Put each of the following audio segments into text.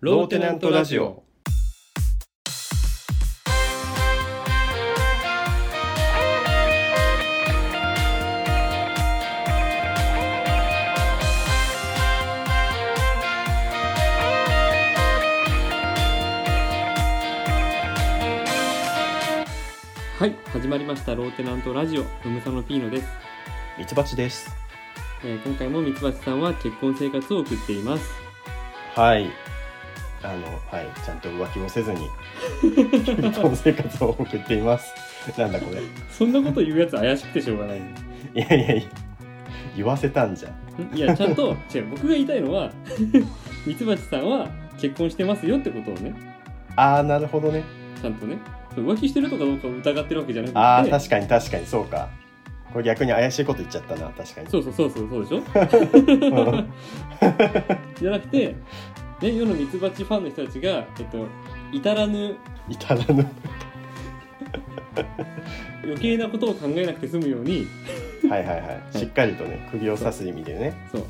ローテナントラジオ。はい始まりましたローテナントラジオロムサノピーノです、ミツバチです。えー今回も三橋さんは結婚生活を送っていますはい。あの、はい、ちゃんと浮気もせずに。 結婚生活を送っています。なんだこれ。いそんなこと言うやつ怪しくてしょうがないんやいやいや。言わせたんじゃん。いやちゃんと違う僕が言いたいのは 三橋さんは結婚してますよってことをねああ、なるほどね。ちゃんとねそう浮気してるとかどうかを疑ってるわけじゃなくてああ、確かに、確かに、そうか。これ逆に怪しいこと言っちゃったな、確かに。そうそうそうそうそうでしょうんじゃなくて、ね、世のミツバチファンの人たちが、えっと、至らぬ至ら ぬ。余計なことを考えなくて済むようにはいはいはい。しっかりとね、釘を刺す意味でね。そう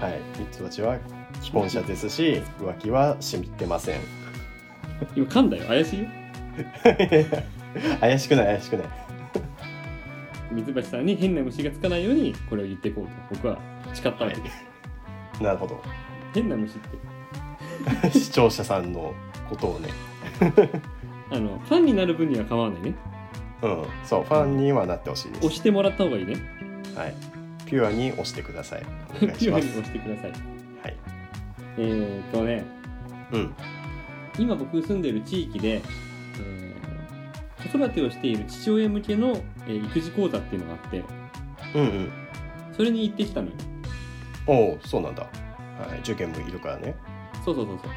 はい。ミツバチは既婚者ですし、浮気はしみってません。 今噛んだよ怪しいよ怪しくない、怪しくない。水橋さんに変な虫がつかないようにこれを言っていこうと僕は誓ったわけです、なるほど。変な虫って視聴者さんのことをね、あのファンになる分には構わないねうん、そうファンにはなってほしいで押す。してもらった方がいいねはい、ピュアに押してください。おピ願いしュアまにす。押してくださいはい、えー、っとねうん、今僕住んでる地域で、えー子育てをしている父親向けの、えー育児講座っていうのがあってうん、うん、それに行ってきたのよおお、そうなんだ。はい、受験もいるからね。そうそうそうそう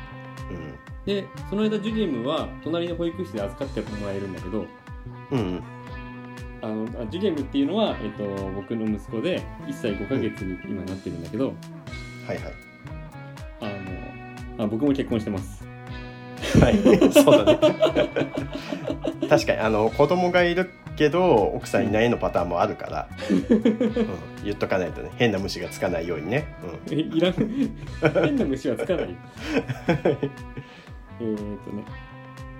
うん、でその間ジュリエムは隣の保育士で預かってもらえるんだけどうん、あのあジュリエムっていうのは、えっと僕の息子で1歳5ヶ月に今なってるんだけど、はいはあのあ僕も結婚してます。い。はい、 そうだね。確かにあの子供がいるけど奥さんいないのパターンもあるから、うん、言っとかないとね変な虫がつかないようにね。えい らん変な虫はつかないよ。えーっとね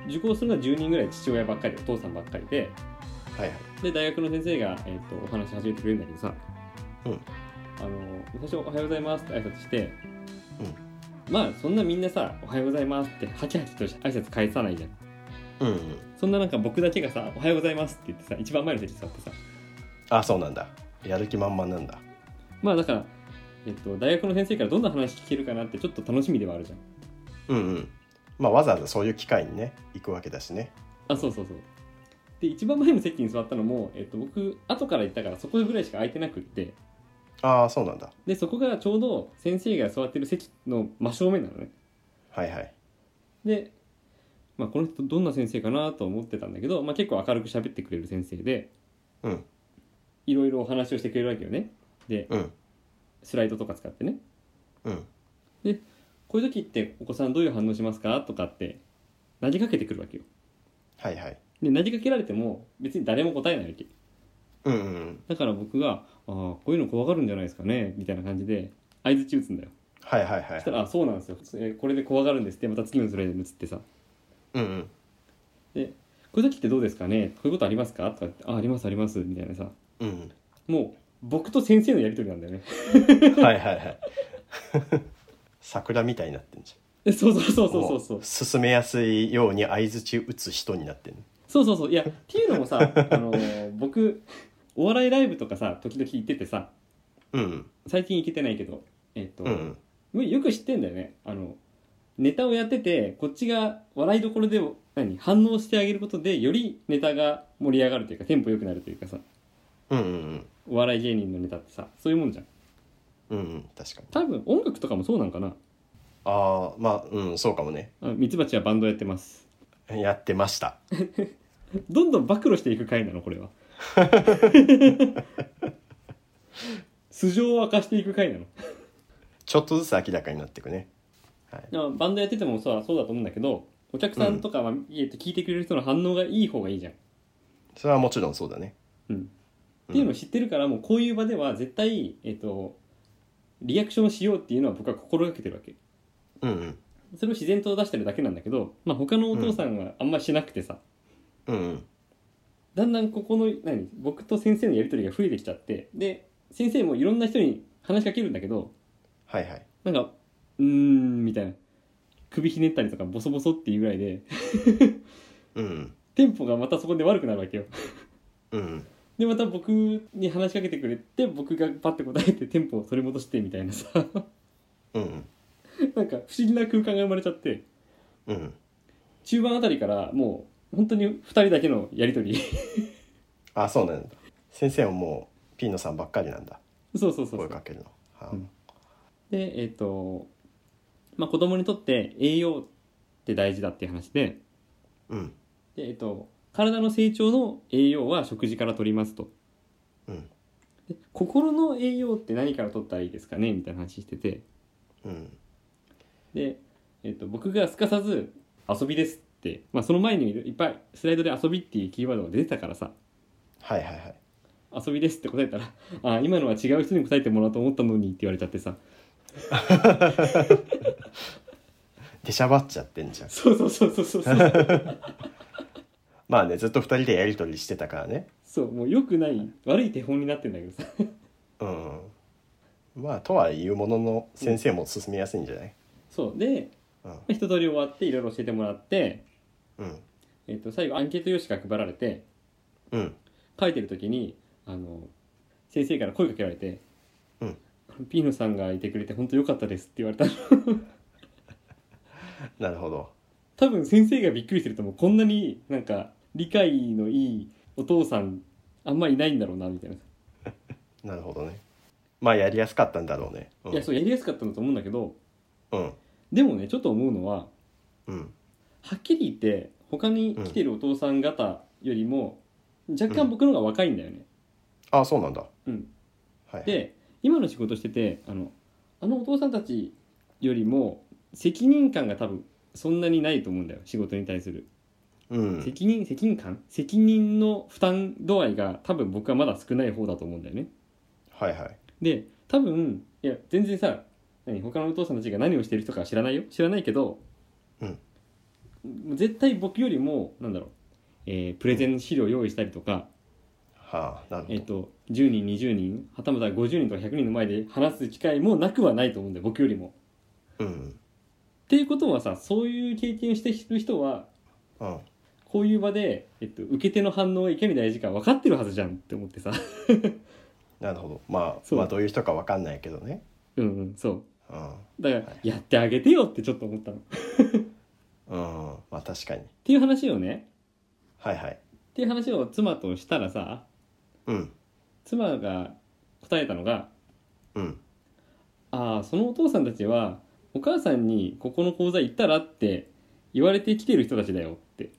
受講するのは10人ぐらい父親ばっかりお父さんばっかりでうん、はいはい。で大学の先生が、えーっとお話し始めてくれるんだけどさ、うんあの最初「おはようございます」って挨拶して、まあそんなみんなさ「おはようございます」ってハキハキと挨拶返さないじゃん。うん、うん、そんななんか僕だけがさ「おはようございます」って言ってさ一番前の席に座ってさあ、そうなんだ。やる気満々なんだ。まあだから、えっと、大学の先生からどんな話聞けるかなってちょっと楽しみではあるじゃん。うんうん。まあわざわざそういう機会にね行くわけだしね。あそうそうそう。で一番前の席に座ったのも、えっと、僕後から行ったからそこぐらいしか空いてなくってああそうなんだ。でそこがちょうど先生が座ってる席の真正面なのね。はいはい。で、まあ、この人どんな先生かなと思ってたんだけど、まあ、結構明るく喋ってくれる先生でうんいろいろお話をしてくれるわけよね。でうんスライドとか使ってね。うん。こういう時ってお子さんどういう反応しますかとかって投げかけてくるわけよ。はいはい。で投げかけられても別に誰も答えないわけうんうん。だから僕が「ああこういうの怖がるんじゃないですかね」みたいな感じで相づち打つんだよはいはいはそしたい。ら「あそうなんですよえーこれで怖がるんです」ってまた次のスライドに移ってさ「うんうん。こういう時ってどうですかねこういうことありますか?」とかって「あありますあります」みたいなさうんもう僕と先生のやり取りなんだよねうん。はいはいはい。 桜みたいになってんじえそうそうそゃ。うんそうそうそうも進めやすいように相槌打つ人になってる。そうそうそういやっていうのもさあのー僕お笑いライブとかさ時々行っててさうん最近行けてないけどえっ、と、うんうん。よく知ってんだよねあのネタをやっててこっちが笑いどころでも何反応してあげることでよりネタが盛り上がるというかテンポ良くなるというかさうんうんお笑い芸人のネタってさそういうもんじゃんうん。うんうん。確かに。多分音楽とかもそうなんかなああまあうんそうかもね。あミツバチはバンドやってますやってました。どんどん暴露していく回なのこれは素性を明かしていく回なのちょっとずつ明らかになっていくね。はい。でもバンドやっててもそうそうだと思うんだけどお客さんとかは、えっと聞いてくれる人の反応がいい方がいいじゃんそれはもちろんそうだね。うんっていうのを知ってるからもうこういう場では絶対、えっとリアクションしようっていうのは僕は心がけてるわけうんうん。それを自然と出してるだけなんだけど、まあ、他のお父さんはあんましなくてさ、うんだんだんここの何僕と先生のやり取りが増えてきちゃってで先生もいろんな人に話しかけるんだけどはいはいなんか「うーん」みたいな首ひねったりとかボソボソっていうぐらいでうんテンポがまたそこで悪くなるわけようんでまた僕に話しかけてくれて僕がパッて答えてテンポを取り戻してみたいなさうんなんか不思議な空間が生まれちゃってうん中盤あたりからもう本当に2人だけのやり取り あそうなんだ先生はもうピーノさんばっかりなんだそうそうそうそ声うかけるのはうんでえっ、とまあ子供にとって栄養って大事だっていう話でうんで、えっと、体の成長の栄養は食事から取りますと。うんで心の栄養って何から取ったらいいですかねみたいな話してて。うんで、えっと、僕がすかさず遊びですって、まあ、その前にいっぱいスライドで遊びっていうキーワードが出てたからさ、はいはいはい遊びですって答えたら、あ今のは違う人に答えてもらおうと思ったのにって言われちゃってさ、出しゃばっちゃってんじゃんそうそうそうそうそうそう。 まあねずっと二人でやりとりしてたからねそう、もう良くない、悪い手本になってんだけどさ。うんまあとは言うものの先生も進めやすいんじゃないそう。で、うんまあ一通り終わっていろいろ教えてもらって、うんえっと、最後アンケート用紙が配られて、うん書いてる時にあの先生から声かけられて「うんピーノさんがいてくれて本当良かったです」って言われたのなるほど多分先生がびっくりしてるともうこんなになんか理解のいいお父さんあんまいないんだろうなみたいな、なるほどねまあやりやすかったんだろうねうんいやそうやりやすかったんだと思うんだけどうんでもねちょっと思うのはうんはっきり言って他に来てるお父さん方よりも、若干僕の方が若いんだよね、あそうなんだうんはいで今の仕事しててあのあのお父さんたちよりも責任感が多分そんなにないと思うんだよ仕事に対する、うん責任責任感責任の負担度合いが多分僕はまだ少ない方だと思うんだよねはいはいで多分いや全然さ何他のお父さんたちが何をしてる人かは知らないよ知らないけど、うん絶対僕よりもなんだろう、えープレゼン資料用意したりとか、はあなるほえどっと10人20人はたまた50人とか100人の前で話す機会もなくはないと思うんだよ僕よりも。うんっていうことはさそういう経験してる人はうんこういう場で、えっと、受け手の反応がいかに大事か分かってるはずじゃんって思ってさ なるほどまあそうまあどういう人かわかんないけどねうんうんそうんうだから、はいやってあげてよってちょっと思ったの。っうんまあ確かにていう話をねはいはいっていう話を妻としたらさうん妻が答えたのがうん「ああそのお父さんたちはお母さんにここの講座行ったら?」って言われてきてる人たちだよって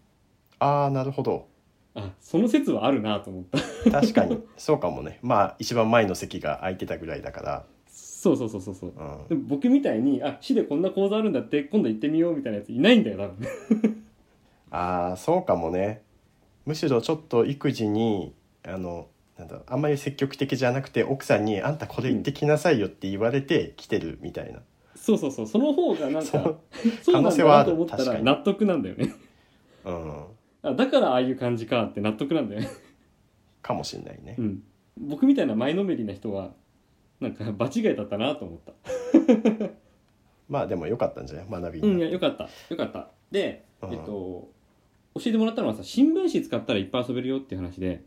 ああなるほどあその説はあるなと思った。確 かにそうかもねまあ一番前の席が空いてたぐらいだかそうそうそうそうそう。らうでんも僕みたいに、あ、市でこんな講座あるんだって、今度行ってみようみたいなやついないんだよ、多分。ああそうかもねむしろちょっと育児にあのなんだろうあんまり積極的じゃなくて奥さんに「あんたこれ行ってきなさいよ」って言われて来てるみたいな、そうそうそう、その方がなんそかう、そうなんだなと思っ可能性はあるた確からに納得なんだよね。うん、あだからああいう感じかって納得なんだよね。かもしんないねうん。僕みたいな前のめりな人は、なんか場違いだったなと思った。まあでもよかったんじゃない学びうん、にいなや、ってよかった。よかった。で、うんえっと、教えてもらったのはさ、新聞紙使ったらいっぱい遊べるよっていう話で、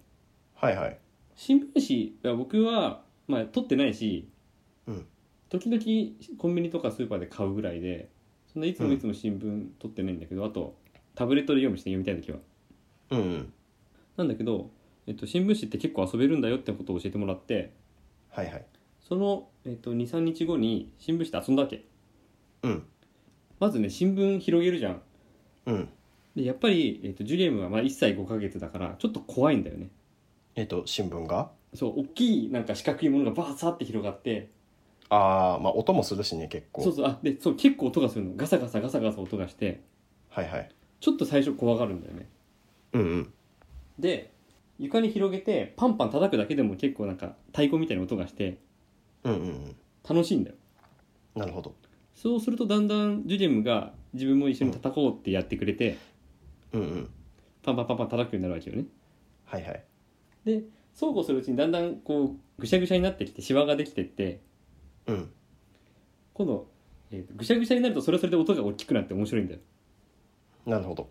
はいはい新聞紙は僕は、まあ、取ってないし、うん時々コンビニとかスーパーで買うぐらいでそんないつもいつも新聞取ってないんだけど、あとタブレットで読むして読みたい時はうんなんだけど、えっと、新聞紙って結構遊べるんだよってことを教えてもらってはいはいその、えっと、23日後に新聞紙で遊んだわけうんまずね新聞広げるじゃんうんでやっぱり、えっと、ジュリエムはまあ1歳5ヶ月だからちょっと怖いんだよねえっと新聞がそう大きいなんか四角いものがバーサーって広がってああまあ音もするしね結構そうそうあでそう結構音がするのガサガサガサガサ音がしてはいはいちょっと最初怖がるんだよねうんうんで床に広げてパンパン叩くだけでも結構なんか太鼓みたいな音がしてうんうんうん楽しいんだよなるほどそうするとだんだんジュジェムが自分も一緒に叩こうってやってくれて、うんうんパンパンパンパン叩くようになるわけよねはいはいでそうこうするうちにだんだんこうぐしゃぐしゃになってきてシワができてってうん今度、えーぐしゃぐしゃになるとそれはそれで音が大きくなって面白いんだよなるほど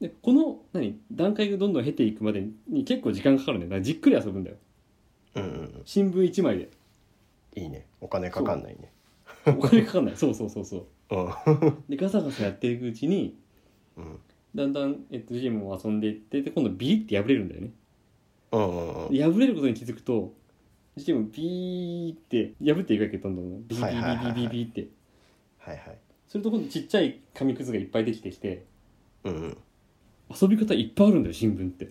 でこの何段階がどんどん経ていくまでに結構時間かかるんだよだからじっくり遊ぶんだようんうんうん新聞1枚でいいねお金かかんないねお金かかんない そうそうそうそううんでガサガサやっていくうちにうんだんだん、えっと、ジムも遊んでいってで今度ビリって破れるんだよねうんうんうんで破れることに気づくとジムビーって破っていくわけよどんどんビービービービービービーってはいはいすると今度ちっちゃい紙くずがいっぱいできてきてうん遊び方いっぱいあるんだよ新聞って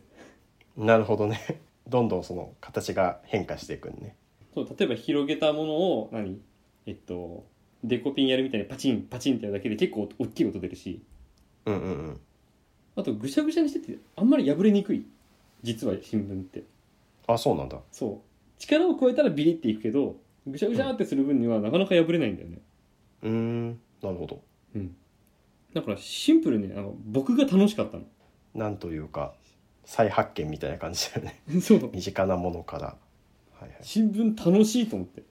うんなるほどね どんどんその形が変化していくんねそう例えば広げたものを何えっとデコピンやるみたいにパチンパチンってやるだけで結構大きい音出るしうんうんうんあとぐしゃぐしゃにしててあんまり破れにくい実は新聞ってあそうなんだそう力を加えたらビリっていくけどぐしゃぐしゃってする分にはなかなか破れないんだよね、うーんなるほどうん、だからシンプルにあの僕が楽しかったのなんというか再発見みたいな感じだよね そう身近なものからはいはい新聞楽しいと思って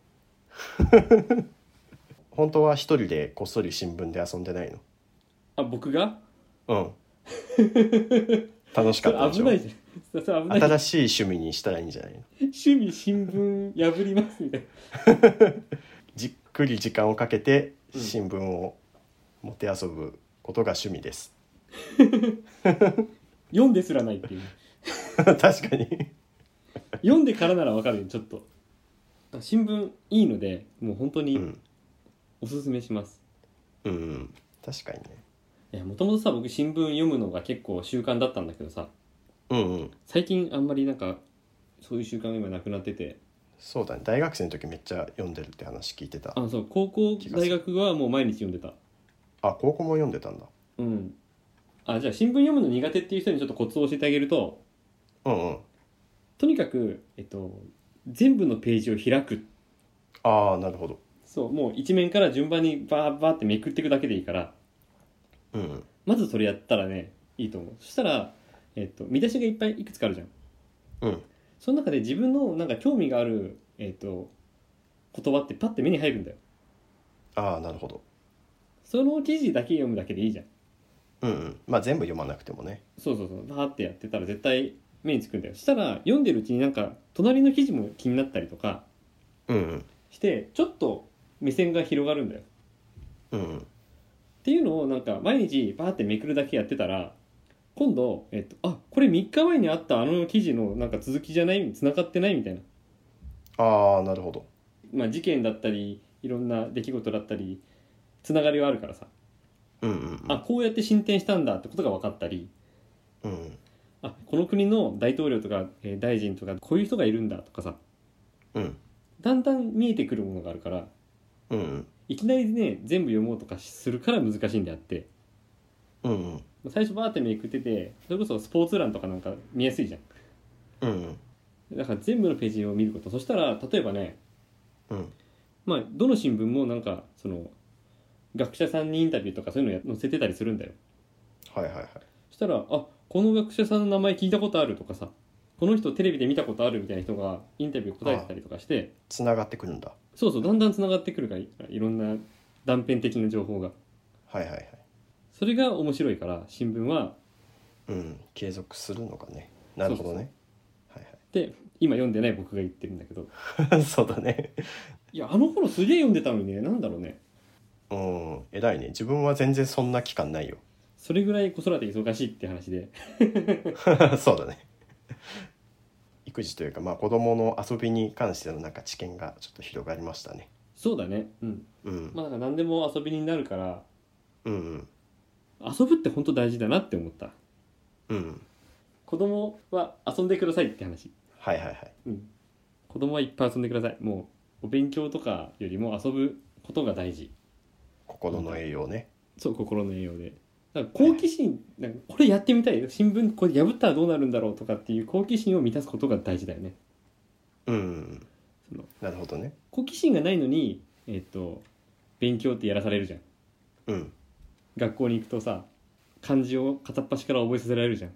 本当は一人でこっそり新聞で遊んでないのあ僕がうん楽しかそれったでし 危ないじゃょんそれ危ない新しい趣味にしたらいいんじゃないの趣味新聞破りますみたいなじっくり時間をかけてうん新聞を持て遊ぶことが趣味です、 読んですらないっていう確かに読んでからならわかるよちょっとあ新聞いいのでもう本当うにん、おすすめします、うん、確かにねいやもともとさ僕新聞読むのが結構習慣だったんだけどさうんうん最近あんまりなんかそういう習慣が今なくなっててそうだね大学生の時めっちゃ読んでるって話聞いてたあそう高校気がす大る学はもう毎日読んでたあ高校も読んでたんだうんあじゃあ新聞読むの苦手っていう人にちょっとコツを教えてあげるとうんうんとにかく、えっと、全部のページを開くああなるほどそうもう一面から順番にバーバーってめくっていくだけでいいからうんうんまずそれやったらねいいと思うそしたら、えっと、見出しがいっぱいいくつかあるじゃんうんその中で自分のなんか興味がある、えっと、言葉ってパッて目に入るんだよああなるほどその記事だけ読むだけでいいじゃんうんうんまあ全部読まなくてもねそうそうそうバーってやってたら絶対目につくんだよそしたら読んでるうちになんか隣の記事も気になったりとかうんうんしてちょっと目線が広がるんだようんうんっていうのをなんか毎日バーってめくるだけやってたら今度、えっと、あこれ3日前にあったあの記事のなんか続きじゃない繋がってないみたいな、ああなるほどまあ、事件だったりいろんな出来事だったり繋がりはあるからさうんうんうんあこうやって進展したんだってことが分かったりうんうんあこの国の大統領とか、えー大臣とかこういう人がいるんだとかさうんだんだん見えてくるものがあるからうんうんいきなりね全部読もうとかするから難しいんであってうんうん最初バーってめくっててそれこそスポーツ欄とかなんか見やすいじゃんうんだから全部のページを見ることそしたら例えばね、うんまあ、どの新聞もなんかその学者さんにインタビューとかそういうのや載せてたりするんだよはいはいはいそしたら「あこの学者さんの名前聞いたことある」とかさ「この人テレビで見たことある」みたいな人がインタビュー答えてたりとかしてつながってくるんだそうそうだんだんつながってくるからいいろんな断片的な情報がはいはいはいそれが面白いから新聞はうん継続するのかねなるほどね今読んでない僕が言ってるんだけどはいはい そうだねいやあの頃すげえ読んでたのにねなんだろうねうん偉いね自分は全然そんな期間ないよ それぐらい子育て忙しいって話でそうだね育児というかまあ子供の遊びに関してのなんか知見がちょっと広がりましたねそうだねうんうん、まあなんか何でも遊びになるからうんうん遊ぶって本当大事だなって思ったうん子供は遊んでくださいって話はいはいはい子供はいっぱい遊んでくださいもうお勉強とかよりも遊ぶことが大事心の栄養ねそう心の栄養でだから好奇心なんかこれやってみたい新聞これ破ったらどうなるんだろうとかっていう好奇心を満たすことが大事だよねうんうんそのなるほどね好奇心がないのにえっ、と勉強ってやらされるじゃんうん学校に行くとさ漢字を片っ端から覚えさせられるじゃん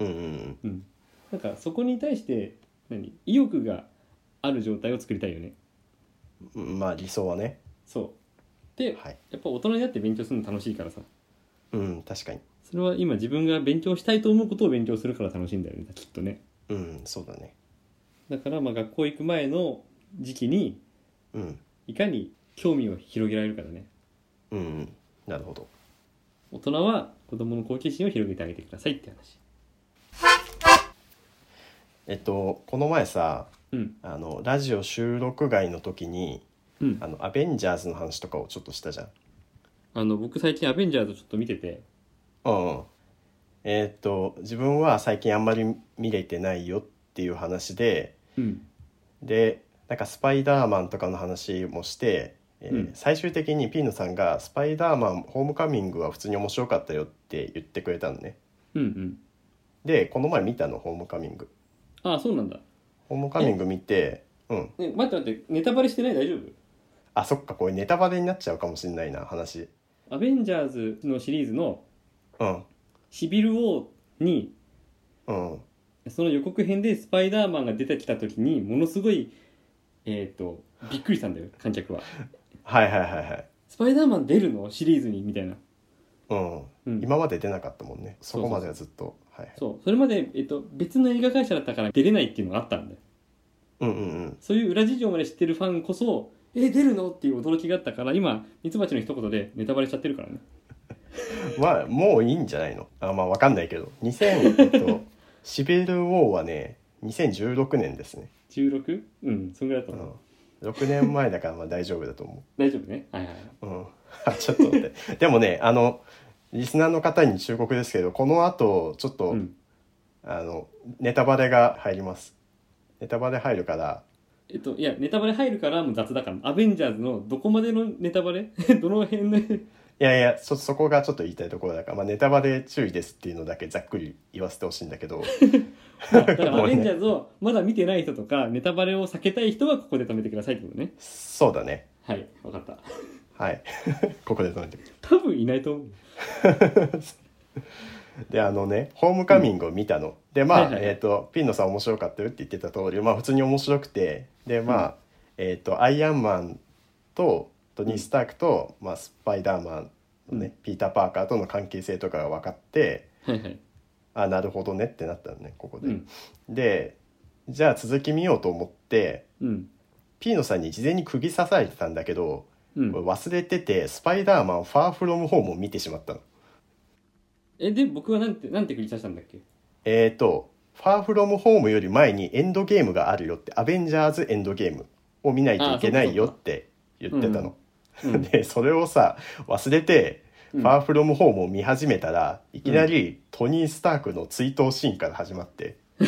うんうんうんなんかそこに対して何意欲がある状態を作りたいよねうんまあ理想はねそうではいやっぱ大人になって勉強するの楽しいからさうん確かにそれは今自分が勉強したいと思うことを勉強するから楽しいんだよねきっとねうんそうだねだからまあ学校行く前の時期にうんいかに興味を広げられるかだねうんうんなるほど大人は子供の好奇心を広げてあげてくださいって話えっとこの前さうんあのラジオ収録外の時にうんあのアベンジャーズの話とかをちょっとしたじゃんあの僕最近「アベンジャーズ」ちょっと見ててうんうんえーっと自分は最近あんまり見れてないよっていう話でうんでなんかスパイダーマンとかの話もして、えーうん最終的にピーノさんが「スパイダーマンホームカミングは普通に面白かったよ」って言ってくれたのねうんうんでこの前見たのホームカミングああそうなんだ、ホームカミング見てうんね、待って待ってネタバレしてない大丈夫あそっかこれネタバレになっちゃうかもしれないな話アベンジャーズのシリーズのうん「シビル王」にうんその予告編でスパイダーマンが出てきた時にものすごいえっ、とびっくりしたんだよ観客ははいはいはいはい「スパイダーマン出るのシリーズに」みたいな、うんうん、今まで出なかったもんねそそうそうそうこまではずっとはいはいそうそれまで、えっと、別の映画会社だったから出れないっていうのがあったんだようんうんうんそういう裏事情まで知ってるファンこそ「え出るの?」っていう驚きがあったから今ミツバチの一言でネタバレしちゃってるからねまあもういいんじゃないのあまあわかんないけど2000えっと シビル・ウォーはね2016年ですね、 16? うんそんぐらいだうと思う、ん、6年前だからまあ大丈夫だと思、大丈夫ねはいはいはいううん、 あちょっと待ってでもねあのリスナーの方に忠告ですけどこの後ちょっと、うんあのネタバレが入りますネタバレ入るからえっと、いやネタバレ入るからもう雑だからアベンジャーズのどこまでのネタバレ どの辺のいやいやそそこがちょっと言いたいところだから、まあ、ネタバレ注意ですっていうのだけざっくり言わせてほしいんだ けどだからアベンジャーズをまだ見てない人とかネタバレを避けたい人はここで止めてくださいってことねそうだねはい分かったはい ここで止めて多分いないと思うであのね「ホームカミング」を見たの、でまあ、はいはいえっ、とピンノさん面白かったよって言ってた通りまあ普通に面白くてでまあ、えっ、とアイアンマンとトニー・スタークと、まあ、スパイダーマンのね、うんピーター・パーカーとの関係性とかが分かってはいはいあなるほどねってなったのねここで、うんでじゃあ続き見ようと思ってうんピーノさんに事前に釘刺されてたんだけど、うんこれ忘れててスパイダーマンファーフロムホームを見てしまったのえで僕はなんてなんて繰り返したんだっけえー、と、ファーフロムホームより前にエンドゲームがあるよって、アベンジャーズエンドゲームを見ないといけないよって言ってたの。うん で、それをさ、忘れて、うんファーフロムホームを見始めたら、いきなりトニー・スタークの追悼シーンから始まって。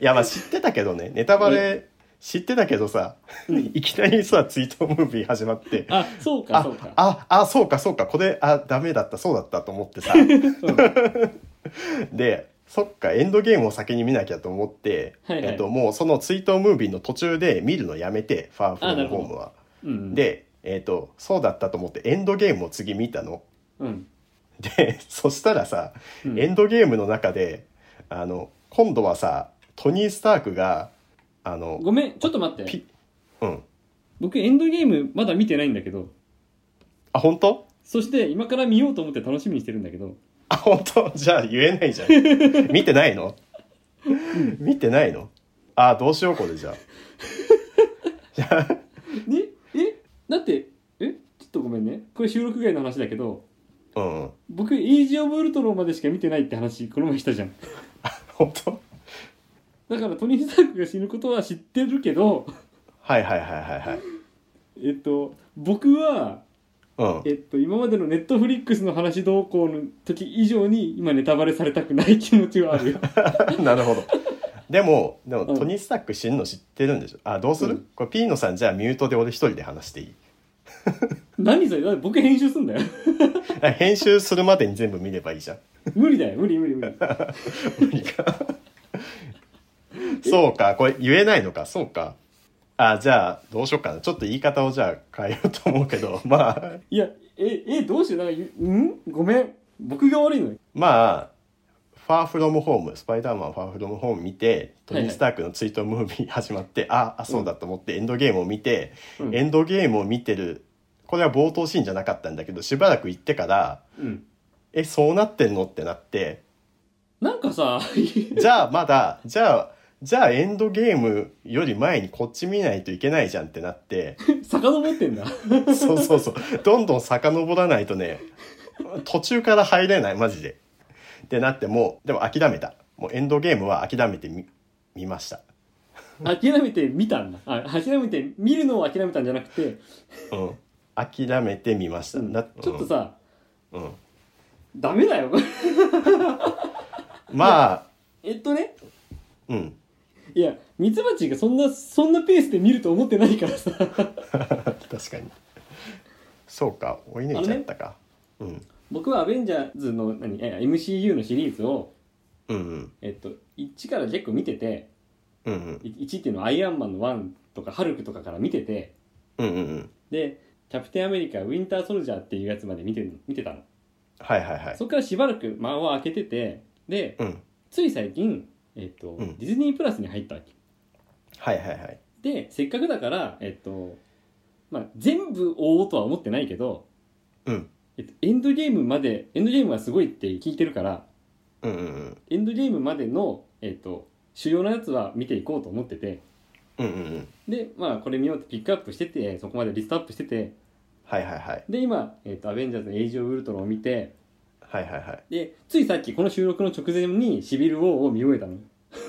いや、まあ知ってたけどね、ネタバレ知ってたけどさ、いきなりさ、追悼ムービー始まって、あそうかあそうかああそうかそうかこれあダメだったそうだったと思って さうんはい でそっかエンドゲームを先に見なきゃと思って、はいえっと、もうその追悼ムービーの途中で見るのやめてファーフロあなムるほホどームは。うんで、えっと、そうだったと思ってエンドゲームを次見たの。 うんでそしたらさ、うんエンドゲームの中であの今度はさトニー・スタークがあのごめんちょっと待ってピうん僕エンドゲームまだ見てないんだけどあ本当そして今から見ようと思って楽しみにしてるんだけどあ本当 じゃあ言えないじゃ ん見てないの見てないのあどうしようこれじゃあねえだってえちょっとごめんねこれ収録外の話だけどうんうん僕エイジ・オブ・ウルトロンまでしか見てないって話この前したじゃん本当だからトニー・スタークが死ぬことは知ってるけどはいはいはいはいはいえっと僕はうんえっと今までのネットフリックスの話動向の時以上に今ネタバレされたくない気持ちはあ るよなるほど。でも、でも、うんトニー・スタック死ぬの知ってるんでしょあ、どうする、うんこれ、ピーノさん、じゃあミュートで俺一人で話していい何それだって僕編集すんだよあ編集するまでに全部見ればいいじゃん。無理だよ無理無理無理そうか、これ言えないのか、そうか。あじゃあどうしようかなちょっと言い方をじゃあ変えようと思うけどまあいやええどうしようなんかうんごめん僕が悪いのにまあ「ファーフロムホーム」「スパイダーマンファーフロムホーム」見てトニー・スタークの追悼ムービー始まって、ああそうだと思ってエンドゲームを見て、うんエンドゲームを見てるこれは冒頭シーンじゃなかったんだけどしばらく行ってからうん「えそうなってんの?」ってなってなんかさ じゃあまだじゃあじゃあエンドゲームより前にこっち見ないといけないじゃんってなって遡ってんだそうそうそう。どんどん遡らないとね、途中から入れない、マジで。ってなってもう、でも諦めた。もうエンドゲームは諦めてみ、見ました。諦めて見たんだあ諦めて見るのを諦めたんじゃなくて、うん。諦めてみました。だちょっと、さ、うんうんダメだよ まあ、えっとねうん。いやミツバチがそんなそんなペースで見ると思ってないからさ確かに。そうか、追い抜いちゃったか。うん。僕はアベンジャーズの何いや MCU のシリーズを、うんうん。えっと、1から結構見ててうんうん。い1っていうのはアイアンマンの1とかハルクとかから見ててうんうんうん。でキャプテンアメリカウィンターソルジャーっていうやつまで見てる見てたのはいはいはい。そこからしばらく間を空けててでうん。つい最近、えっとうんディズニープラスに入ったわけはいはいはい。でせっかくだから、えっとまあ、全部追おうとは思ってないけど、うんえっと、エンドゲームまでエンドゲームはすごいって聞いてるからうんうんうん。エンドゲームまでの、えっと、主要なやつは見ていこうと思っててうんうんうん。で、まあ、これ見ようってピックアップしててそこまでリストアップしててはいはいはい。で今、えっと「アベンジャーズのエイジ・オブ・ウルトロン」を見てはいはいはい。でついさっきこの収録の直前に「シビル・ウォー」を見終えたの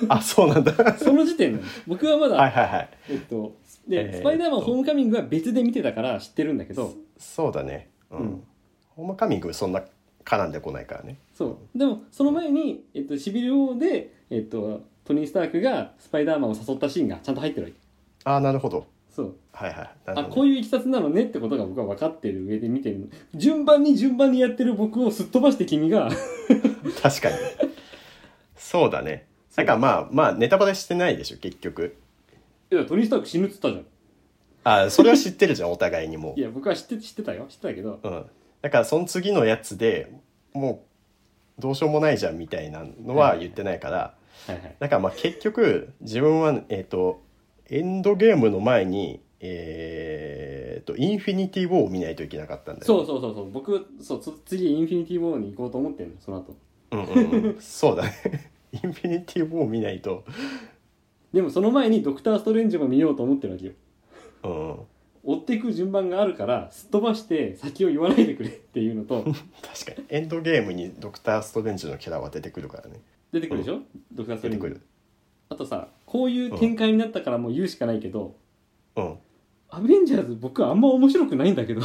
あ、そうなん だ。はその時点なの僕はまだ、いはいはい。えっとで、えースパイダーマン・ホームカミング」は別で見てたから知ってるんだけどそうだね、うんうんホームカミングそんな絡んでこないからねそうでもその前に、えっと、シビル王で、えっと、トニー・スタークがスパイダーマンを誘ったシーンがちゃんと入ってるわけああなるほどそうはいはいなるあほどこういういきさつなのねってことが僕は分かってる上で見てる順番に順番にやってる僕をすっ飛ばして君が確かにそうだねなんかまあまあネタバレしてないでしょ結局 いやトニー・スターク死ぬっつったじゃんあーそれは知ってるじ ゃんお互いにもいや僕は知って知ってたよ知ってたけどう、うん、だからその次のやつでもうどうしようもないじゃんみたいなのは言ってないから、はいはい、だからまあ結局自分はえっ、とエンドゲームの前にえっ、とインフィニティ・ウォーを見ないといけなかったんだよねそうそうそうそう僕そうそ次インフィニティ・ウォーに行こうと思ってんのその後うんうんうん、そうだね インフィニティ・ウォー見ないと、でもその前にドクター・ストレンジも見ようと思ってるわけようん、追っていく順番があるからすっ飛ばして先を言わないでくれっていうの と確かにエンドゲームにドクター・ストレンジのキャラは出てくるからね出てくるでしょ、ドクタースト出レてンくジるあとさこういう展開になったからもう言うしかないけど、うんアベンジャーズ僕はあんま面白くないんだけど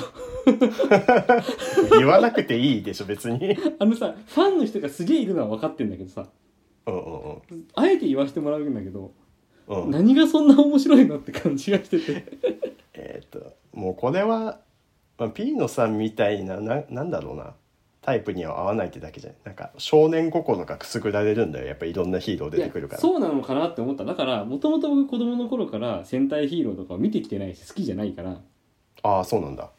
言わなくていいでしょ別にあのさファンの人がすげえいるのは分かってんだけどさうんうんあえて言わせてもらうんだけど、うんうん何がそんな面白いのって感じがしててえっ、ともうこれは、まあ、ピーノさんみたいなななんだろうなタイプには合わないってだけじゃないなんか少年心がくすぐられるんだよやっぱりいろんなヒーロー出てくるかいらやそうなのかなって思っただからもともと僕子供の頃から戦隊ヒーローとかを見てきてないし好きじゃないからああそうなんだ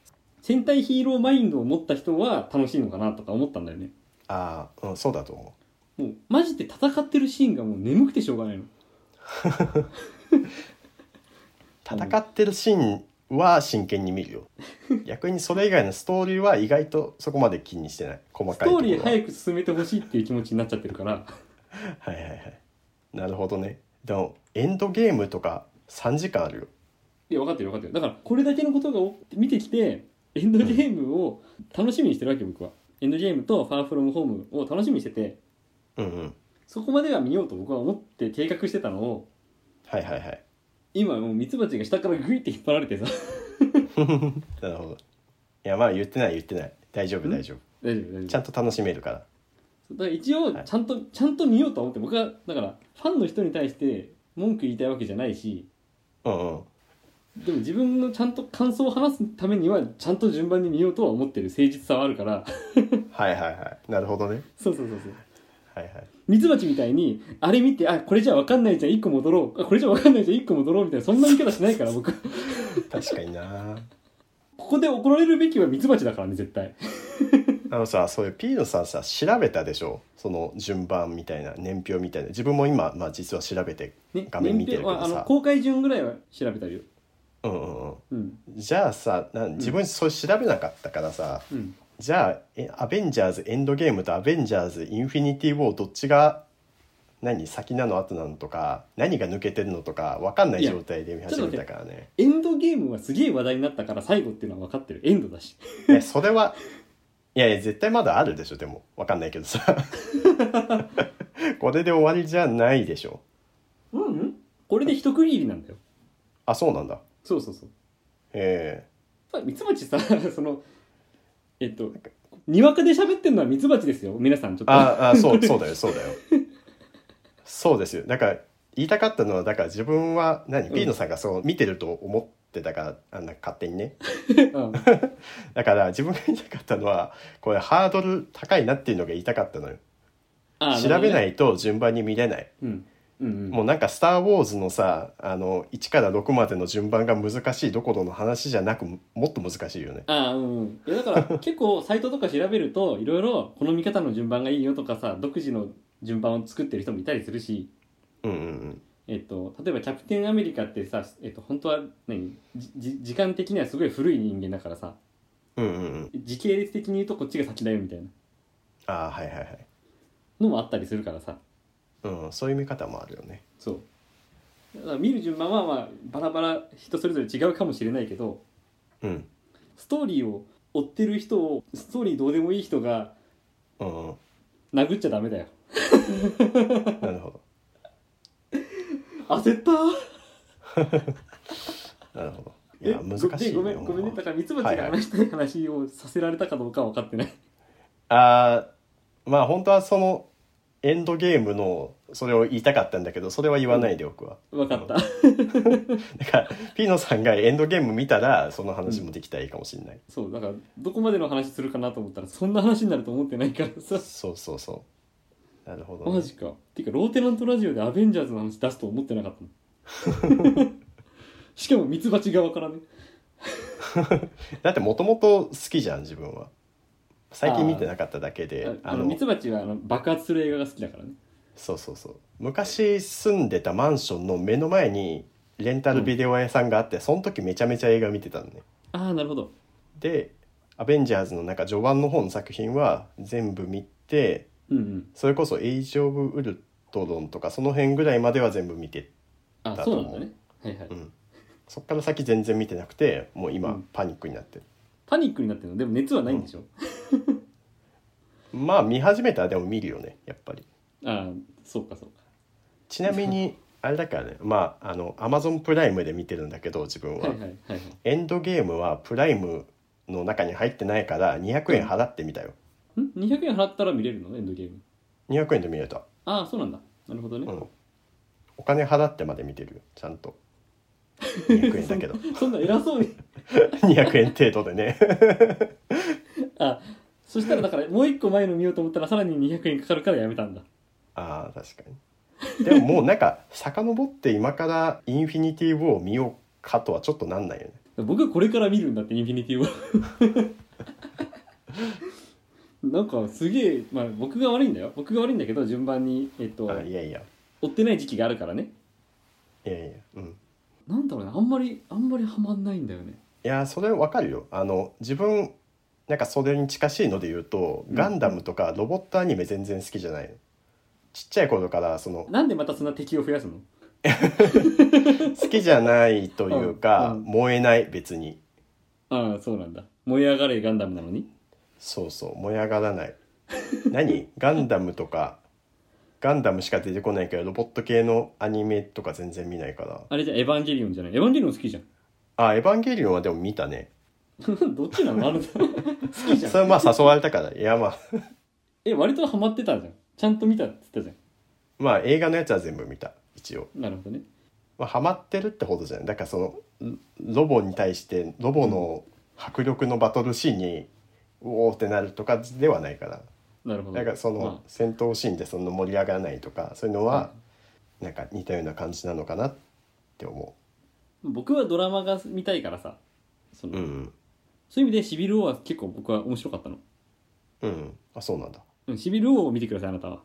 戦隊ヒーローマインドを持った人は楽しいのかなとか思ったんだよねああ、うん、そうだと思もうマジで戦ってるシーンがもう眠くてしょうがないのう戦ってるシーンは真剣に見るよ 逆にそれ以外のストーリーは意外とそこまで気にしてない細スかトいとこーろリーは早く進めてほしいっていう気持ちになっちゃってるからはいはいはいなるほどねでもエンドゲームとか3時間あるよいや分かってる分かってるだからこれだけのことがお見てきてエンドゲームを楽しみにしてるわけ僕はエンドゲームと「ファーフロムホーム」を楽しみにしててうんうんそこまでは見ようと僕は思って計画してたのをはいはいはい今もうミツバチが下からグイって引っ張られてさ なるほどいやまあ言ってない言ってない大丈夫ん大丈夫大丈夫大ちゃ丈んと楽しめるから夫だから一応はいちゃんと、ちゃんと見ようと思って僕はだからファンの人に対して文句言いたいわけじゃないしうんうんでも自分のちゃんと感想を話すためにはちゃんと順番に見ようとは思ってる誠実さはあるから はいはいはいなるほどねそうそうそうそうはいはいミツバチみたいにあれ見てあこれじゃ分かんないじゃん1個戻ろうあこれじゃ分かんないじゃん1個戻ろうみたいなそんな見方しないから僕 こ確かになこで怒られるべきはミツバチだからね絶対あのさそういう P のさんさ調べたでしょその順番みたいな年表みたいな自分も今、まあ、実は調べてね画面見てるけどさ年表はあの公開順ぐらいは調べたりようんうんうんうんじゃあさな自分それ調べなかったからさ、うんじゃあえアベンジャーズエンドゲームとアベンジャーズインフィニティ・ウォーどっちが何先なの後なのとか何が抜けてるのとか分かんないいや状態で見始めたからねエンドゲームはすげえ話題になったから最後っていうのは分かってるエンドだしえそれはいやいや絶対まだあるでしょでも分かんないけどさ これで終わりじゃないでしょうん、これで一区切りなんだよあそうなんだそうそうそうえまあミツバチさ そのえっとにわかで喋ってるのはミツバチですよ皆さんちょっー、とああ そうそうだよそうだよそうですよだから言いたかったのはだから自分は何うんピーノさんがそう見てると思ってたからあんな勝手にね うんだから自分が言いたかったのはこれハードル高いなっていうのが言いたかったのよあー調べなるいと順番に見れないほどねうんうんうんもうなんか「スター・ウォーズ」のさあの1から6までの順番が難しいどころの話じゃなくもっと難しいよねああうんうんいやだから 結構サイトとか調べるといろいろこの見方の順番がいいよとかさ独自の順番を作ってる人もいたりするし、うんうんうんえっと、例えば「キャプテンアメリカ」ってさ、えっと、本当は何じじ時間的にはすごい古い人間だからさうんうんうん時系列的に言うとこっちが先だよみたいなああはいはいはい、のもあったりするからさうん、そういう見方もあるよねそうだから見る順番はまあバラバラ人それぞれ違うかもしれないけどうんストーリーを追ってる人をストーリーどうでもいい人がうん、うん、殴っちゃダメだよ なるほど焦ったーなるほどいえや難しいごよめんごめんねだからミツバチがはいは話いしたい話をさせられたかどうかは分かってない、あーまあ本当はそのエンドゲームのそれを言いたかったんだけどそれは言わないでおくわ、 分かった、だからピーノさんがエンドゲーム見たらその話もできたらいいかもしれない、 そうだからどこまでの話するかなと思ったらそんな話になると思ってないからさそうそうそうなるほどね、マジかていうかローテナントラジオでアベンジャーズの話出すと思ってなかったの しかもミツバチ側からねだってもともと好きじゃん自分は最近見てなかっただけでああのミツバチはあの爆発する映画が好きだからねそうそうそう昔住んでたマンションの目の前にレンタルビデオ屋さんがあって、その時めちゃめちゃ映画見てたのねああなるほどで「アベンジャーズ」の中序盤の方の作品は全部見てうんうんそれこそ「エイジ・オブ・ウルトロン」とかその辺ぐらいまでは全部見て、あだとそう思うなんだねはいはい、うん、そっから先全然見てなくてもうう今んパニックになってる、パニックになってるのでも熱はないんでしょ、まあ見始めたらでも見るよねやっぱりああそうかそうかちなみに あれだからねまああのアマゾンプライムで見てるんだけど自分はいは、はいはいはいエンドゲームはプライムの中に入ってないから200円払ってみたよ、ん200円払ったら見れるのエンドゲーム200円で見れたああそうなんだなるほどね、うんお金払ってまで見てるよちゃんと200円だけど そんな偉そうに200円程度でねあそしたらだからもう一個前の見ようと思ったらさらに200円かかるからやめたんだああ確かにでももうなんか遡って今からインフィニティ・ウォーを見ようかとはちょっとなんないよね僕はこれから見るんだってインフィニ ティはなんかすげえ、まあ、僕が悪いんだよ僕が悪いんだけど順番に、えっとあいやいや追ってない時期があるからねいやいやうんなんだろうねあんまりあんまりハマんないんだよねいやーそれわかるよあの自分なんかそれに近しいので言うと、うんガンダムとかロボットアニメ全然好きじゃないのちっちゃい頃からそのなんでまたそんな敵を増やすの好きじゃないというか、うんうん燃えない別にああそうなんだ燃え上がれガンダムなのにそうそう燃え上がらない何ガンダムとかガンダムしか出てこないけどロボット系のアニメとか全然見ないからあれじゃエヴァンゲリオンじゃないエヴァンゲリオン好きじゃんあエヴァンゲリオンはでも見たね どっちなのあの好きじゃんそれはまあ誘われたからいやまあえ割とハマってたじゃんちゃんと見たって言ったじまあ映画のやつは全部見た一応ゃんなるほどねまあ、ハマってるってほどじゃないだからそのロロボに対してロボの迫力のバトルシーンにうおーってなるとかではないからなるほどなんかその、ま戦闘シーンでそんな盛り上がらないとかそういうのあは、なんか似たような感じなのかなって思僕はドラマが見たいからさその、ううんそういう意味でシビル王は結構僕は面白かったのうんあそうなんだうんシビル王を見てくださいあなたは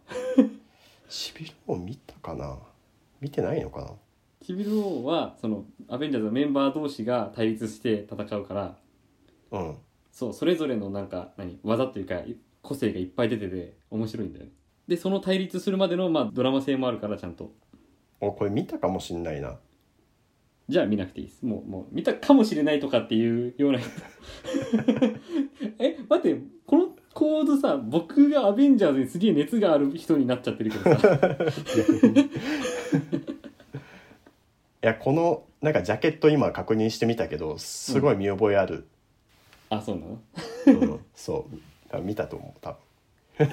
シビルを見たかな見てないのかなシビル王はそのアベンジャーズのメンバー同士が対立して戦うからうんそうそれぞれのなんか何技というかい個性がいっぱい出てて面白いんだよねでその対立するまでの、まあ、ドラマ性もあるからちゃんとおこれ見たかもしんないなじゃあ見なくていいですもうもう見たかもしれないとかっていうような え待ってこのコードさ僕がアベンジャーズにすげえ熱がある人になっちゃってるけど さいやこのなんかジャケット今確認してみたけどすごい見覚えある、あそうなのうんそうあ見たと思う多分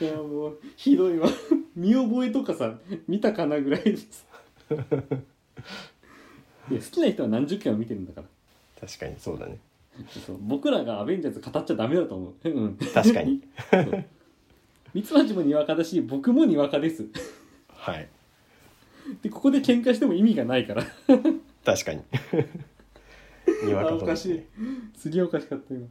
いやもうひどいわ 見覚えとかさ見たかなぐらいです いや好きな人は何十回も見てるんだから確かにそうだねそう僕らがアベンジャーズ語っちゃダメだと思ううん確 かにそうミツバチもにわかだし僕もにわかですはいでここで喧嘩しても意味がない から確 かににわあかおとかですしいねすげえおかしかった今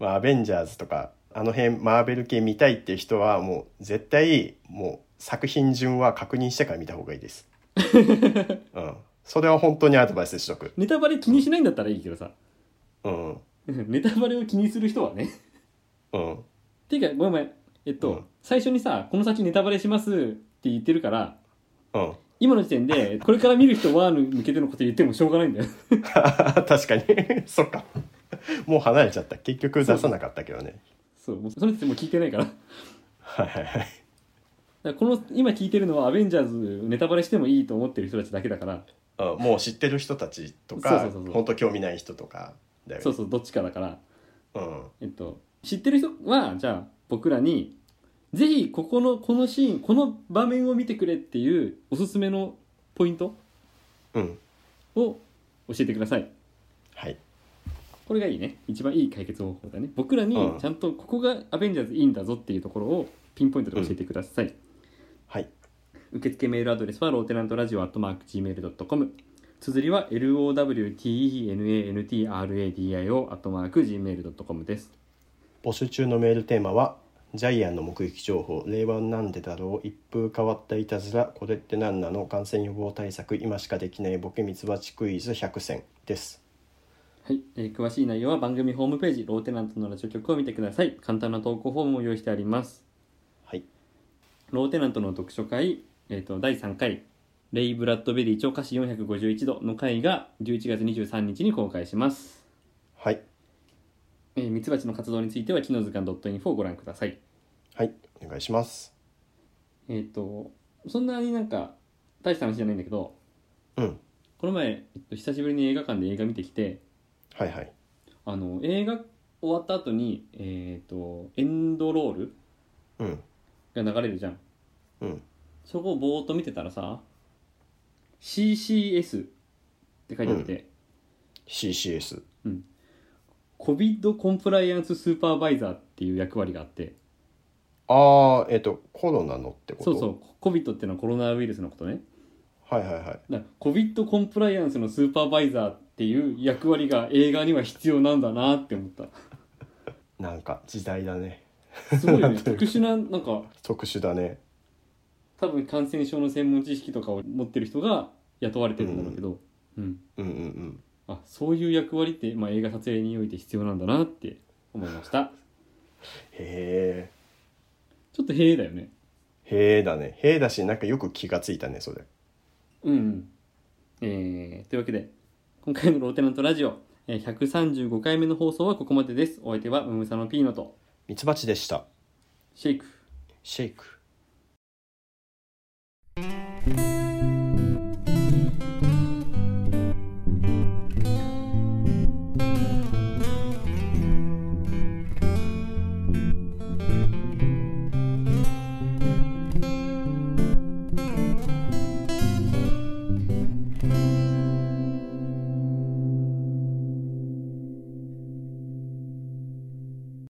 まあ、アベンジャーズとかあの辺マーベル系見たいっていう人はもう絶対もう作品順は確認してから見た方がい いです、うん、それは本当にアドバイスしとくネタバレ気にしないんだったらいいけどさ うんネタバレを気にする人はねうんていうかごめんごめんえっと、うん最初にさこの先ネタバレしますって言ってるからうん、 今の時点でこれから見る人は向けてのこと言ってもしょうがないんだよ 確かに そっかもう離れちゃった結局出さなかったけどねそうもうその時点でもう聞いてないからだかはいはいはいらこの今聞いてるのはアベンジャーズネタバレしてもいいと思ってる人たちだけだからうんもう知ってる人たちとそかうそうそうそう本当興味ない人とかだよねそうそうどっちかだからうんえっと、知ってる人はじゃあ僕らにぜひここのこのシーンこの場面を見てくれっていうおすすめのポイントうんを教えてくださいはいこれがいいね一番いい解決方法だね僕らにうんちゃんとここがアベンジャーズいいんだぞっていうところをピンポイントで教えてください、はい受付メールアドレスはローテナントラジオアットマーク Gmail.com 綴りは LOWTENANTRADIO アットマーク Gmail.com です募集中のメールテーマは「ジャイアンの目撃情報令和なんでだろう一風変わったいたずらこれって何なの感染予防対策今しかできないボケミツバチクイズ100選」ですはい、えー詳しい内容は番組ホームページローテナントのラジオ局を見てください簡単な投稿フォームを用意してありますはいローテナントの読書会、えー、と第3回「レイ・ブラッドベリー超歌詞451度」の回が11月23日に公開しますはいえーミツバチの活動については木の図鑑 .info をご覧くださいはいお願いしますえっ、とそんなになんか大した話じゃないんだけどうんこの前、えっと、久しぶりに映画館で映画見てきてはいはいあの映画終わった後にえっ、とエンドロールうんが流れるじゃんうんそこをぼーっと見てたらさ CCS って書いてあって、 CCS COVID コンプライアンススーパーバイザーっていう役割があってああえっ、とコロナのってことそうそう COVID ってのはコロナウイルスのことねはいはいはいだから COVID コンプライアンスのスーパーバイザーっていう役割が映画には必要なんだなって思ったなんか時代だねすごいよ なねんという特か殊ななんか特殊だね多分感染症の専門知識とかを持ってる人が雇われてるんだろうけど、うん、うんうんうんあそういう役割って、まあ、映画撮影において必要なんだなって思いましたへちょっとへえだよねえへえだねへえだしなんかよく気がついたねそれうんうん、えーというわけで今回のローテナントラジオえー135回目の放送はここまでですお相手はムムサノピーノとミツバチでしたシェイクシェイク